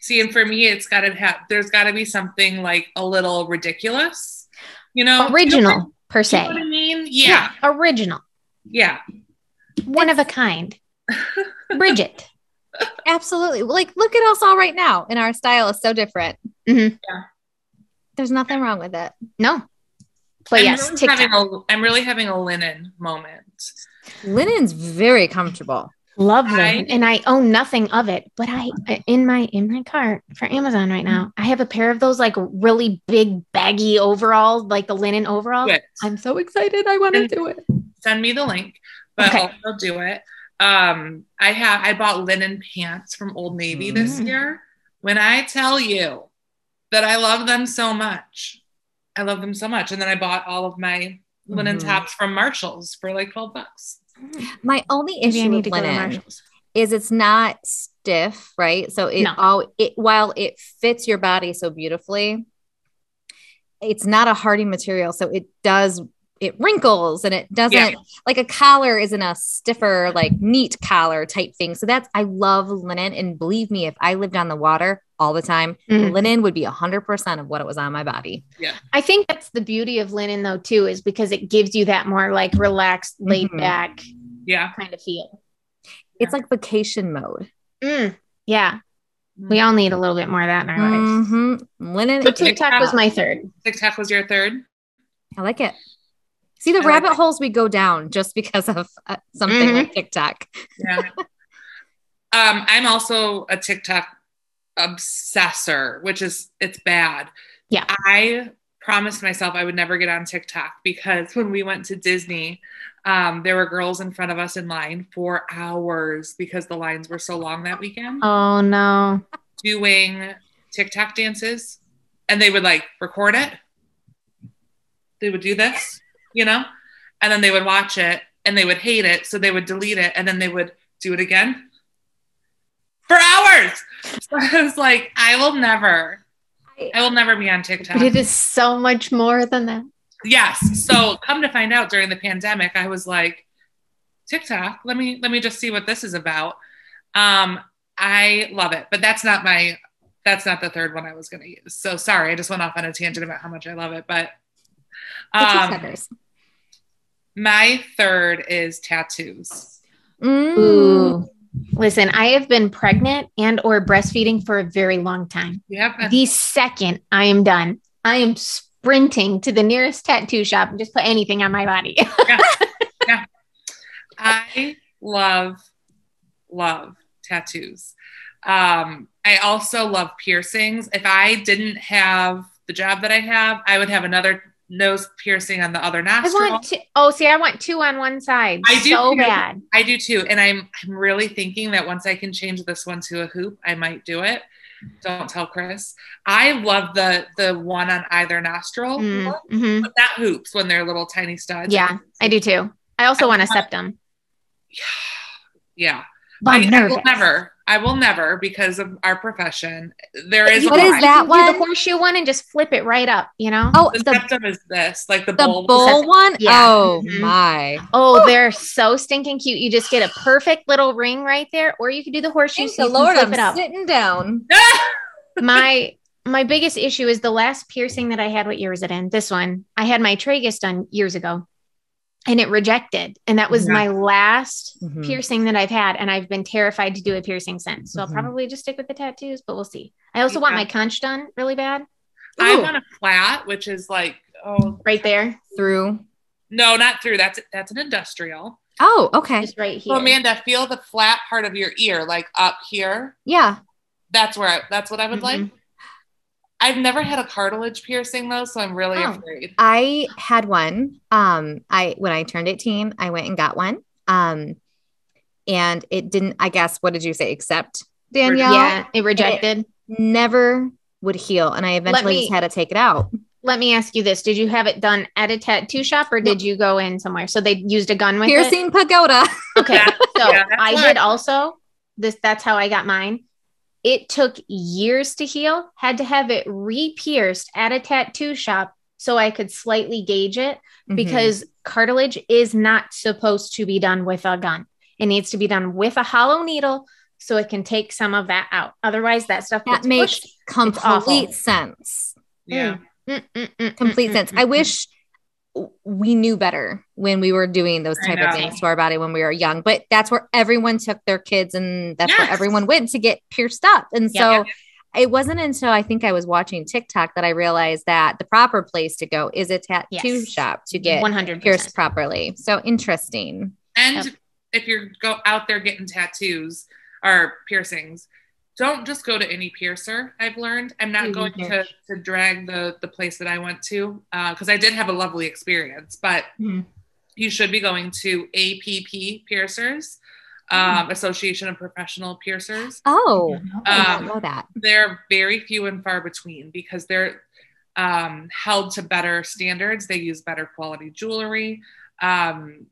Speaker 2: see, and for me, it's got to have. There's got to be something like a little ridiculous, you know?
Speaker 3: Original per
Speaker 2: You know
Speaker 3: se.
Speaker 2: what I mean? Yeah,
Speaker 3: Original.
Speaker 2: yeah.
Speaker 3: One of a
Speaker 2: (laughs)
Speaker 3: kind. Bridget.
Speaker 4: Absolutely. Like, look at us all right now, and our style is so different.
Speaker 3: Mhm.
Speaker 2: Yeah.
Speaker 4: There's nothing wrong with it.
Speaker 3: No. But
Speaker 2: I'm
Speaker 3: yes,
Speaker 2: really
Speaker 3: TikTok.
Speaker 2: having a, I'm really having a linen moment.
Speaker 4: Linen's very comfortable.
Speaker 3: Love them,
Speaker 2: I-
Speaker 3: and I own nothing of it. But I uh, in my in my cart for Amazon right now. I have a pair of those like really big baggy overalls, like the linen overalls.
Speaker 2: Good.
Speaker 4: I'm so excited. I want to
Speaker 2: And-
Speaker 4: do it.
Speaker 2: Send me the link, but
Speaker 3: Okay.
Speaker 2: I'll, I'll do it. Um, I have I bought linen pants from Old Navy this
Speaker 3: Mm.
Speaker 2: year. When I tell you that I love them so much, I love them so much. And then I bought all of my linen
Speaker 3: Mm-hmm.
Speaker 4: Mhm.
Speaker 2: tops from Marshalls for like twelve bucks.
Speaker 4: My only
Speaker 3: Maybe I
Speaker 4: issue
Speaker 3: need
Speaker 4: with
Speaker 3: to go to
Speaker 4: linen
Speaker 3: Marshalls.
Speaker 4: is it's not stiff, right? So it
Speaker 3: No.
Speaker 4: all it while it fits your body so beautifully, it's not a hardy material. So it does it wrinkles and it doesn't
Speaker 2: Yeah.
Speaker 4: like a collar isn't a stiffer, like neat collar type thing. So that's I love linen. And believe me, if I lived on the water all the time,
Speaker 3: Mhm.
Speaker 4: linen would be hundred percent of what it was on my body.
Speaker 3: I think that's the beauty of linen though too, is because it gives you that more like relaxed, laid
Speaker 4: Mhm.
Speaker 3: back
Speaker 2: Yeah.
Speaker 3: kind of feel.
Speaker 4: It's like vacation mode.
Speaker 3: Mm, yeah, we all need a little bit more of that in our lives.
Speaker 4: Mhm. Linen
Speaker 3: So
Speaker 4: it can-
Speaker 3: TikTok was my third.
Speaker 2: TikTok was your third.
Speaker 4: I like it. See the
Speaker 2: I like
Speaker 4: rabbit
Speaker 2: it.
Speaker 4: holes we go down just because of uh, something
Speaker 3: Mhm.
Speaker 4: like TikTok.
Speaker 2: Yeah. um, I'm also a TikTok obsessor, which is it's bad.
Speaker 3: Yeah.
Speaker 2: I promised myself I would never get on TikTok because when we went to Disney, um, there were girls in front of us in line for hours because the lines were so long that weekend
Speaker 3: Oh no.
Speaker 2: doing TikTok dances and they would like record it. They would do this, you know, and then they would watch it and they would hate it. So they would delete it and then they would do it again for hours. (laughs) So I was like, I will never, I will never be on
Speaker 3: But it
Speaker 2: TikTok.
Speaker 3: is so much more than that.
Speaker 2: Yes. So come to find out during the pandemic, I was like, TikTok, let me, let me just see what this is about. Um, I love it, but that's not my, that's not the third one I was going to use. So sorry. I just went off on a tangent about how much I love it, but,
Speaker 4: The
Speaker 2: um,
Speaker 4: TikTokers.
Speaker 2: my third is tattoos.
Speaker 4: Mm.
Speaker 3: Ooh. Listen, I have been pregnant and or breastfeeding for a very long time.
Speaker 2: You have a-
Speaker 3: The second I am done, I am sprinting to the nearest tattoo shop and just put anything on my body. (laughs)
Speaker 2: I love, love tattoos. Um, I also love piercings. If I didn't have the job that I have, I would have another nose piercing on the other
Speaker 3: I
Speaker 2: nostril. I,
Speaker 3: want to Oh, see, I want two on one side.
Speaker 2: I do
Speaker 3: so
Speaker 2: too.
Speaker 3: bad.
Speaker 2: do too, and I'm I'm really thinking that once I can change this one to a hoop, I might do it. Don't tell Chris. I love the the one on either nostril,
Speaker 3: Mm, mhm.
Speaker 2: but not hoops when they're little tiny studs.
Speaker 3: Yeah, I do too. I also want a septum.
Speaker 2: Yeah.
Speaker 3: But I'm
Speaker 2: I- I
Speaker 3: nervous.
Speaker 2: will never. I will never because of our profession. There is
Speaker 3: You
Speaker 2: a
Speaker 4: What is
Speaker 3: can
Speaker 2: line.
Speaker 4: that
Speaker 3: do
Speaker 4: one?
Speaker 3: the horseshoe one and just flip it right up, you know?
Speaker 4: Oh,
Speaker 2: The
Speaker 4: the,
Speaker 2: septum is this, like the,
Speaker 4: the
Speaker 2: bowl.
Speaker 4: bowl one?
Speaker 3: Yeah.
Speaker 4: Oh
Speaker 3: Mhm.
Speaker 4: my.
Speaker 3: Oh, they're so stinking cute. You just get a perfect little ring right there, or you could do the horseshoe.
Speaker 4: Thank
Speaker 3: So
Speaker 4: the
Speaker 3: you can
Speaker 4: Lord,
Speaker 3: flip
Speaker 4: I'm
Speaker 3: it up.
Speaker 4: sitting down.
Speaker 2: (laughs)
Speaker 3: my my biggest issue is the last piercing that I had. What year was it in? This one. I had my tragus done years ago, and it rejected, and that was
Speaker 2: Yeah. Mm-hmm.
Speaker 3: my last
Speaker 4: Mhm.
Speaker 3: piercing that I've had, and I've been terrified to do a piercing since. So
Speaker 4: Mhm.
Speaker 3: I'll probably just stick with the tattoos, but we'll see. I also want
Speaker 2: Mm-hmm. Yeah.
Speaker 3: my conch done really bad,
Speaker 2: I
Speaker 4: Ooh.
Speaker 2: want a flat, which is like oh
Speaker 3: right there,
Speaker 4: Through.
Speaker 2: no, not through. That's that's an industrial.
Speaker 4: Oh, okay.
Speaker 3: just right here.
Speaker 2: So Amanda, feel the flat part of your ear, like up here.
Speaker 4: Yeah.
Speaker 2: That's where I, that's what I would like.
Speaker 3: Mhm.
Speaker 2: I've never had a cartilage piercing though, so I'm really
Speaker 3: Oh.
Speaker 2: afraid.
Speaker 4: I had one. Um, I when I turned 18, I went and got one. Um, and it didn't, I guess, what did you say? Except Danielle.
Speaker 3: yeah, it rejected.
Speaker 4: Never would heal. And I eventually
Speaker 3: me-
Speaker 4: just had to take it out.
Speaker 3: Let me ask you this: Did you have it done at a tattoo shop, or did you go in somewhere? So they used a gun with it.
Speaker 4: Piercing pagoda.
Speaker 3: Okay, so
Speaker 2: Yeah, that's
Speaker 3: I
Speaker 2: why-
Speaker 3: did also this. That's how I got mine. It took years to heal, had to have it re pierced at a tattoo shop so I could slightly gauge it
Speaker 2: Mm-hmm.
Speaker 3: because cartilage is not supposed to be done with a gun. It needs to be done with a hollow needle so it can take some of that out. Otherwise, that stuff
Speaker 4: that
Speaker 3: gets
Speaker 4: makes
Speaker 3: pushed. awful.
Speaker 4: complete sense.
Speaker 2: Yeah.
Speaker 3: Mm, mm, mm,
Speaker 4: Complete
Speaker 3: mm,
Speaker 4: sense.
Speaker 3: mm,
Speaker 4: I
Speaker 3: mm,
Speaker 4: wish we knew better when we were doing those
Speaker 2: I
Speaker 4: type of
Speaker 2: know.
Speaker 4: things to our body when we were young, but that's where everyone took their kids and that's where
Speaker 2: Yes.
Speaker 4: everyone went to get pierced up. And
Speaker 3: Yeah.
Speaker 4: so it wasn't until I think I was watching TikTok that I realized that the proper place to go is a tattoo
Speaker 3: Yes.
Speaker 4: shop to get
Speaker 3: 100%.
Speaker 4: pierced properly. So interesting.
Speaker 2: And
Speaker 3: Yep.
Speaker 2: if you're go out there getting tattoos or piercings, don't just go to any piercer. I've learned. I'm not
Speaker 3: Mhm.
Speaker 2: going to, to drag the the place that I went to because I did have a lovely experience, but
Speaker 4: Mhm.
Speaker 2: you should be going to APP piercers, um, Association of Professional Piercers.
Speaker 3: Mm-hmm.
Speaker 4: Oh, I did
Speaker 2: Um,
Speaker 4: not know that.
Speaker 2: They're very few and far between because they're um, held to better standards. They use better quality jewelry. Um,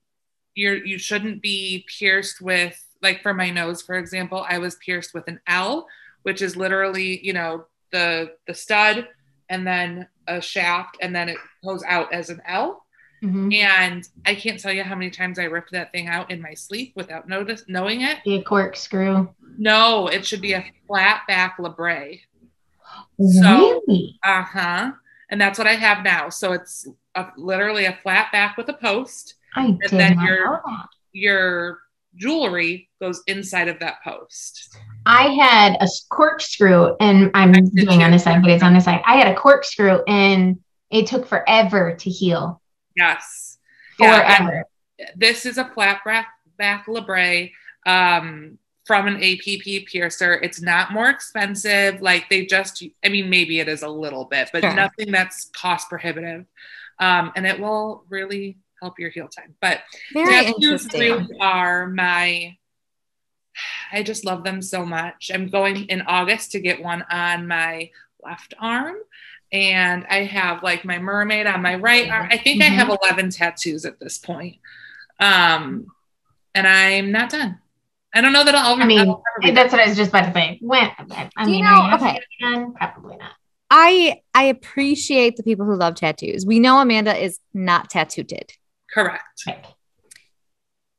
Speaker 2: you're, you shouldn't be pierced with, like for my nose, for example, I was pierced with an L, which is literally, you know, the, the stud and then a shaft, and then it goes out as an L.
Speaker 3: Mhm.
Speaker 2: And I can't tell you how many times I ripped that thing out in my sleep without notice knowing it.
Speaker 3: Be a corkscrew.
Speaker 2: No, it should be a flat back labrae. So-
Speaker 3: Really?
Speaker 2: Uh huh. And that's what I have now. So it's a, literally a flat back with a post.
Speaker 3: I did
Speaker 2: then
Speaker 3: not
Speaker 2: you're-
Speaker 3: know that.
Speaker 2: Your jewelry goes inside of that post.
Speaker 3: I had a s- corkscrew, and I'm
Speaker 2: I did
Speaker 3: doing on
Speaker 2: too.
Speaker 3: this side, but it's on this side. I had a corkscrew, and it took forever to heal.
Speaker 2: Yes. Yeah.
Speaker 3: Forever.
Speaker 2: This is a flat back, back labrae um, from an APP piercer. It's not more expensive. Like they just, I mean, maybe it is a little bit, but
Speaker 4: Sure.
Speaker 2: nothing that's cost prohibitive. Um, and it will really help your heal time. But
Speaker 4: Very
Speaker 2: tattoos
Speaker 4: interesting.
Speaker 2: really are my I just love them so much. I'm going in August to get one on my left arm and I have like my mermaid on my right arm. I
Speaker 3: Mm-hmm.
Speaker 2: think I have 11 tattoos at this point. Um and I'm not done. I don't know that I'll
Speaker 3: I mean,
Speaker 2: I'll ever be
Speaker 3: And That's what I was just about to say. When? I
Speaker 4: Do you
Speaker 3: mean,
Speaker 4: know-
Speaker 3: are you
Speaker 4: okay.
Speaker 3: done? Probably not.
Speaker 4: I I appreciate the people who love tattoos. We know Amanda is not tattooed.
Speaker 2: correct.
Speaker 3: Right.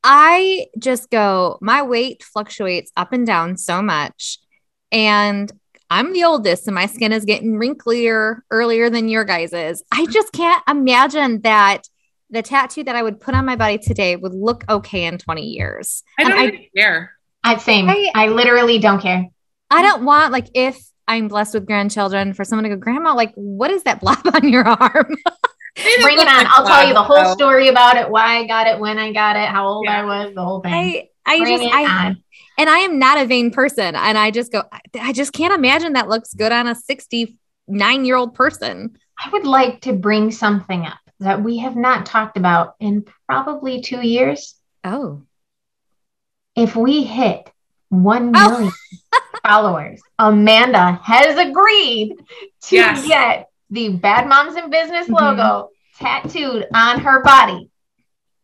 Speaker 4: I just go, my weight fluctuates up and down so much. And I'm the oldest, and my skin is getting wrinklier earlier than your guys' is. I just can't imagine that the tattoo that I would put on my body today would look okay in 20 years.
Speaker 2: I
Speaker 3: um,
Speaker 4: And
Speaker 2: don't
Speaker 4: I-
Speaker 2: even care.
Speaker 3: I same.
Speaker 4: I-
Speaker 3: I, literally don't care.
Speaker 4: I don't want, like, if I'm blessed with grandchildren, for someone to go, Grandma, like, what is that blob (laughs) on your arm?
Speaker 3: Bring it on. I'll tell you the whole story about it, why I got it, when I got it, how old
Speaker 2: Yeah.
Speaker 3: I was, the whole thing.
Speaker 4: I, I
Speaker 3: Bring
Speaker 4: just,
Speaker 3: it
Speaker 4: I,
Speaker 3: on.
Speaker 4: and I am not a vain person. And I just go, I- I just can't imagine that looks good on a 69 year old person.
Speaker 3: I would like to bring something up that we have not talked about in probably two years.
Speaker 4: Oh,
Speaker 3: if we hit 1
Speaker 4: Oh.
Speaker 2: (laughs)
Speaker 3: million followers, Amanda has agreed to
Speaker 2: Yes. Mm-hmm.
Speaker 3: get the Bad Moms in Business
Speaker 4: Mhm.
Speaker 3: logo tattooed on her body.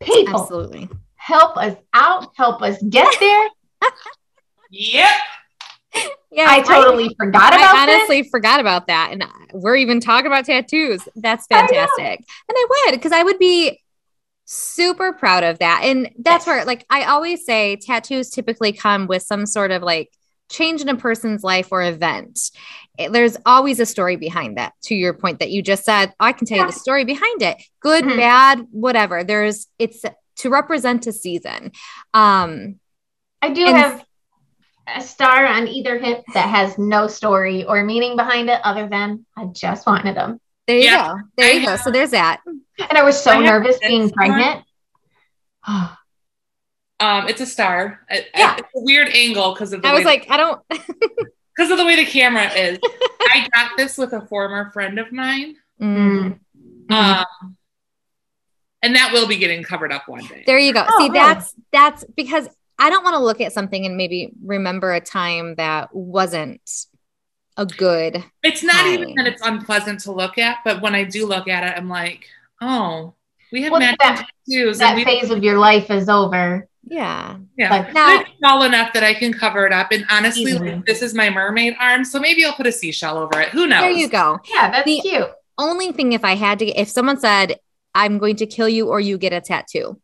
Speaker 3: People,
Speaker 4: absolutely.
Speaker 3: help us out, help us
Speaker 2: (laughs)
Speaker 3: get there.
Speaker 2: Yep.
Speaker 4: Yeah,
Speaker 3: I totally forgot
Speaker 4: I,
Speaker 3: about this.
Speaker 4: honestly forgot about that. And uh, we're even talking about tattoos. That's
Speaker 3: I know.
Speaker 4: fantastic. and I would, because I would be super proud of that. And that's
Speaker 3: Yes.
Speaker 4: where, like, I always say tattoos typically come with some sort of like change in a person's life or event. It- there's always a story behind that, to your point that you just said. I can tell you the story behind it good,
Speaker 3: Mhm.
Speaker 4: bad, whatever. There's, it's to represent a season. Um,
Speaker 3: I do
Speaker 4: And-
Speaker 3: have a star on either hip that has no story or meaning behind it other than I just wanted them.
Speaker 4: there you
Speaker 2: Yeah.
Speaker 4: go. There you
Speaker 2: I
Speaker 4: go. So there's
Speaker 3: (laughs)
Speaker 4: that.
Speaker 3: And I was so
Speaker 2: I have
Speaker 3: nervous
Speaker 2: this
Speaker 3: being
Speaker 2: one.
Speaker 3: pregnant. Oh,
Speaker 2: Um, it's a star. I- I-
Speaker 4: Yeah.
Speaker 2: it's a weird angle because of the
Speaker 4: I
Speaker 2: way
Speaker 4: was
Speaker 2: the-
Speaker 4: like, I don't,
Speaker 2: because of the way the camera is. I got this with a former friend of mine,
Speaker 3: mm.
Speaker 2: um, and that will be getting covered up one day.
Speaker 4: There you go.
Speaker 3: Oh,
Speaker 4: See,
Speaker 3: really?
Speaker 4: that's that's because I don't want to look at something and maybe remember a time that wasn't a good.
Speaker 2: it's not even
Speaker 4: Fine.
Speaker 2: that it's unpleasant to look at, but when I do look at it, I'm like, oh, we have
Speaker 3: Well,
Speaker 2: matching
Speaker 3: that-
Speaker 2: tattoos, and
Speaker 3: that
Speaker 2: we
Speaker 3: phase of your life is over.
Speaker 4: Yeah.
Speaker 2: Yeah. But
Speaker 3: But now,
Speaker 2: it's small enough that I can cover it up. And honestly,
Speaker 3: Easily.
Speaker 2: like, this is my mermaid arm, so maybe I'll put a seashell over it. Who knows?
Speaker 4: There you go.
Speaker 3: yeah, that's
Speaker 4: The-
Speaker 3: cute.
Speaker 4: Only thing if I had to if someone said I'm going to kill you or you get a tattoo.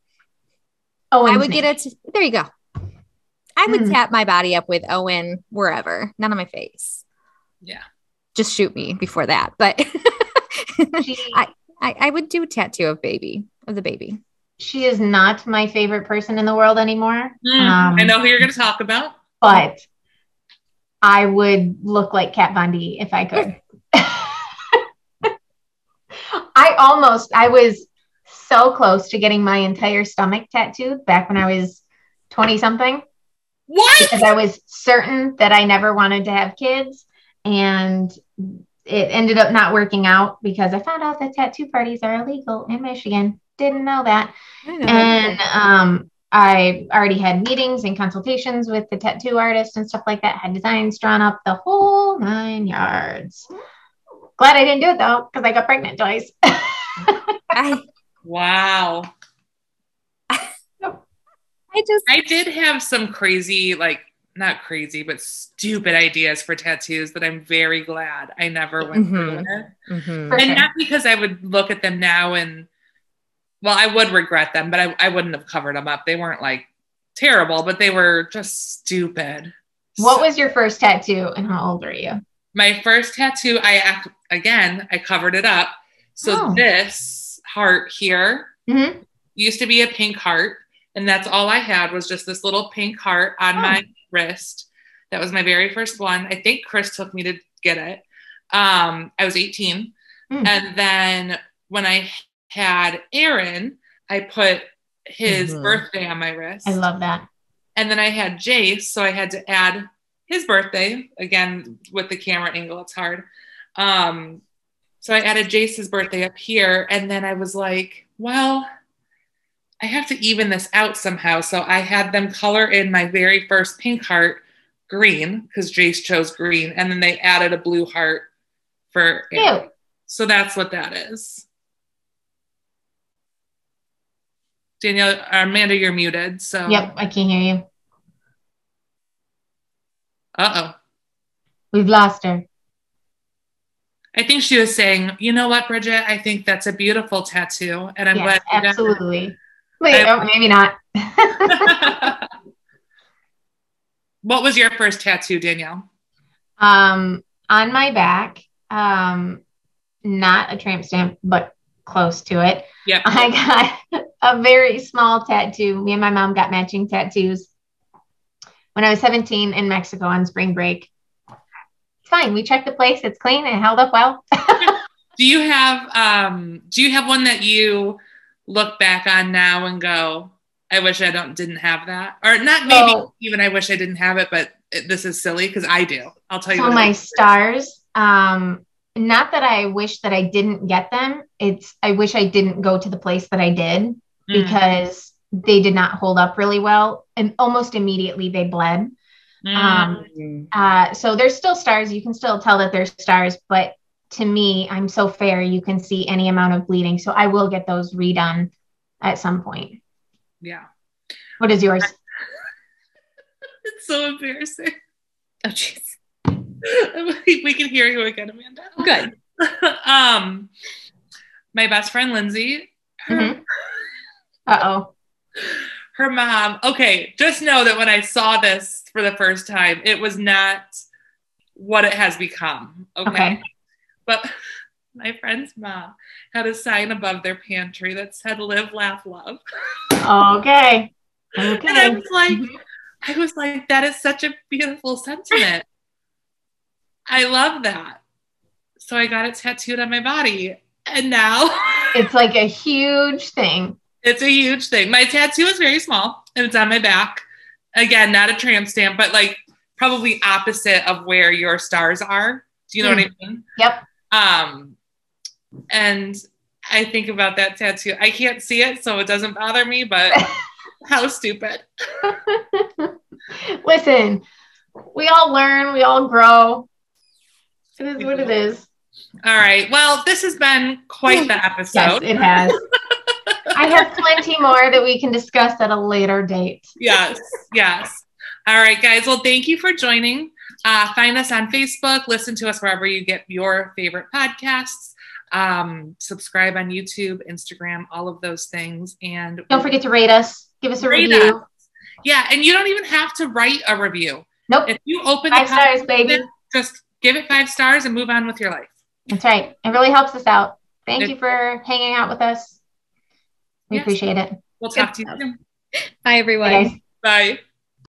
Speaker 3: Oh,
Speaker 4: I would get a t- There you go. I would
Speaker 3: Mm.
Speaker 4: tap my body up with Owen wherever, not on my face.
Speaker 2: Yeah.
Speaker 4: Just shoot me before that. But (laughs)
Speaker 3: She,
Speaker 4: I, I would do a tattoo of baby of the baby.
Speaker 3: she is not my favorite person in the world anymore. um,
Speaker 2: Mm, I know who you're going to talk about.
Speaker 3: but I would look like Kat Von D if
Speaker 4: (laughs)
Speaker 3: I could. (laughs) I almost, I was so close to getting my entire stomach tattooed back when I was 20 something
Speaker 2: What?
Speaker 3: (laughs) because I was certain that I never wanted to have kids. And it ended up not working out because I found out that tattoo parties are illegal in Michigan. Didn't know that
Speaker 4: Oh,
Speaker 3: and um, I already had meetings and consultations with the tattoo artist and stuff like that. Had designs drawn up, the whole nine yards. Glad I didn't do it though, because I got pregnant twice.
Speaker 4: I,
Speaker 2: Wow.
Speaker 4: I just
Speaker 2: I did have some crazy, like, not crazy, but stupid ideas for tattoos that I'm very glad I never went
Speaker 3: Mm-hmm.
Speaker 2: through
Speaker 4: Mhm.
Speaker 2: with.
Speaker 4: Mhm.
Speaker 3: For
Speaker 2: and
Speaker 3: sure.
Speaker 2: not because I would look at them now and well, I would regret them, but I, I wouldn't have covered them up. They weren't like terrible, but they were just stupid.
Speaker 3: (laughs) what
Speaker 2: So-
Speaker 3: was your first tattoo, and how old were you?
Speaker 2: my first tattoo? I ac- again I covered it up. So
Speaker 3: Oh.
Speaker 2: this heart here
Speaker 3: Mhm.
Speaker 2: used to be a pink heart, and that's all I had was just this little pink heart on
Speaker 3: Oh.
Speaker 2: my wrist. That was my very first one. I think Chris took me to get it. Um, I was 18.
Speaker 3: Mm.
Speaker 2: And then when I had Aaron, I put his
Speaker 4: Mhm.
Speaker 2: birthday on my wrist.
Speaker 3: Mm-hmm. I love that.
Speaker 2: and then I had Jace, so I had to add his birthday again with the camera angle. It's hard. Um, so I added Jace's birthday up here, and then I was like, well, I have to even this out somehow. So I had them color in my very first pink heart green because Jace chose green, and then they added a blue heart for
Speaker 3: Cute.
Speaker 2: Aaron. So that's what that is. Danielle, Amanda, you're muted. So,
Speaker 3: Yep, I can't hear you.
Speaker 2: uh oh.
Speaker 3: We've lost her.
Speaker 2: I think she was saying, you know what, Bridget? I think that's a beautiful tattoo. And I'm
Speaker 3: Yes,
Speaker 2: glad. you got
Speaker 3: absolutely. Wait,
Speaker 2: I-
Speaker 3: oh, maybe not. (laughs)
Speaker 2: it. (laughs) what was your first tattoo, Danielle?
Speaker 3: um, on my back, um, not a tramp stamp, but close to it. (laughs)
Speaker 2: Yep.
Speaker 3: I got a very small tattoo. Me and my mom got matching tattoos when I was 17 in Mexico on spring break. It's fine. We checked the place. It's clean. It held up well.
Speaker 2: Do you have um do you have one that you look back on now and go, I wish I don't didn't have that? Or not maybe
Speaker 3: So-
Speaker 2: even I wish I didn't have it, but it, this is silly because I do. I'll tell you
Speaker 3: So
Speaker 2: what it
Speaker 3: my
Speaker 2: is.
Speaker 3: stars. Um, not that I wish that I didn't get them. It's I wish I didn't go to the place that I did
Speaker 2: Mm,
Speaker 3: because they did not hold up really well, and almost immediately they bled.
Speaker 2: mm.
Speaker 3: um, Uh, so there's still stars. You can still tell that there's stars, but to me, I'm so fair. You can see any amount of bleeding. So I will get those redone at some point.
Speaker 2: yeah.
Speaker 3: What is yours?
Speaker 2: It's (laughs) so embarrassing.
Speaker 4: oh jeez.
Speaker 2: (laughs) we can hear you again, Amanda.
Speaker 4: Good.
Speaker 2: (laughs) um my best friend Lindsay, her,
Speaker 4: Mm-hmm.
Speaker 3: Mhm. Uh oh.
Speaker 2: her mom. Okay, just know that when I saw this for the first time, it was not what it has become. okay.
Speaker 3: Okay.
Speaker 2: But (laughs) my friend's mom had a sign above their pantry that said "Live, Laugh, Love,"
Speaker 3: Okay.
Speaker 2: and I
Speaker 3: Okay.
Speaker 2: was like,
Speaker 3: Mhm.
Speaker 2: I was like, that is such a beautiful sentiment. I love that. So I got it tattooed on my body, and now (laughs)
Speaker 3: It's like a huge thing.
Speaker 2: it's a huge thing. My tattoo is very small, and it's on my back. Again, not a tramp stamp, but like probably opposite of where your stars are. Do you know what I mean?
Speaker 3: Yep.
Speaker 2: Um, and I think about that tattoo. I can't see it, so it doesn't bother me, but how stupid.
Speaker 3: Listen, we all learn, we all grow. It is what it is. (laughs)
Speaker 2: All right. Well, this has been quite the episode.
Speaker 3: Yes, it has. I have plenty more that we can discuss at a later date.
Speaker 2: yes, yes. All right, guys. Well, thank you for joining. Uh, find us on Facebook. Listen to us wherever you get your favorite podcasts. Um, subscribe on YouTube, Instagram, all of those things. And
Speaker 3: Don't forget to rate us. Give us a
Speaker 2: Rate
Speaker 3: review.
Speaker 2: yeah, and you don't even have to write a review.
Speaker 3: Nope.
Speaker 2: If you open
Speaker 3: Five
Speaker 2: the podcast,
Speaker 3: stars, baby.
Speaker 2: just give it five stars and move on with your life.
Speaker 3: That's right. It really helps us out. Thank
Speaker 2: It-
Speaker 3: you for hanging out with us. We
Speaker 2: Yes.
Speaker 3: appreciate it.
Speaker 2: We'll
Speaker 4: Good
Speaker 2: talk to you
Speaker 4: stuff.
Speaker 2: soon.
Speaker 4: Hi,
Speaker 3: Bye,
Speaker 4: everyone.
Speaker 3: guys.
Speaker 2: Bye.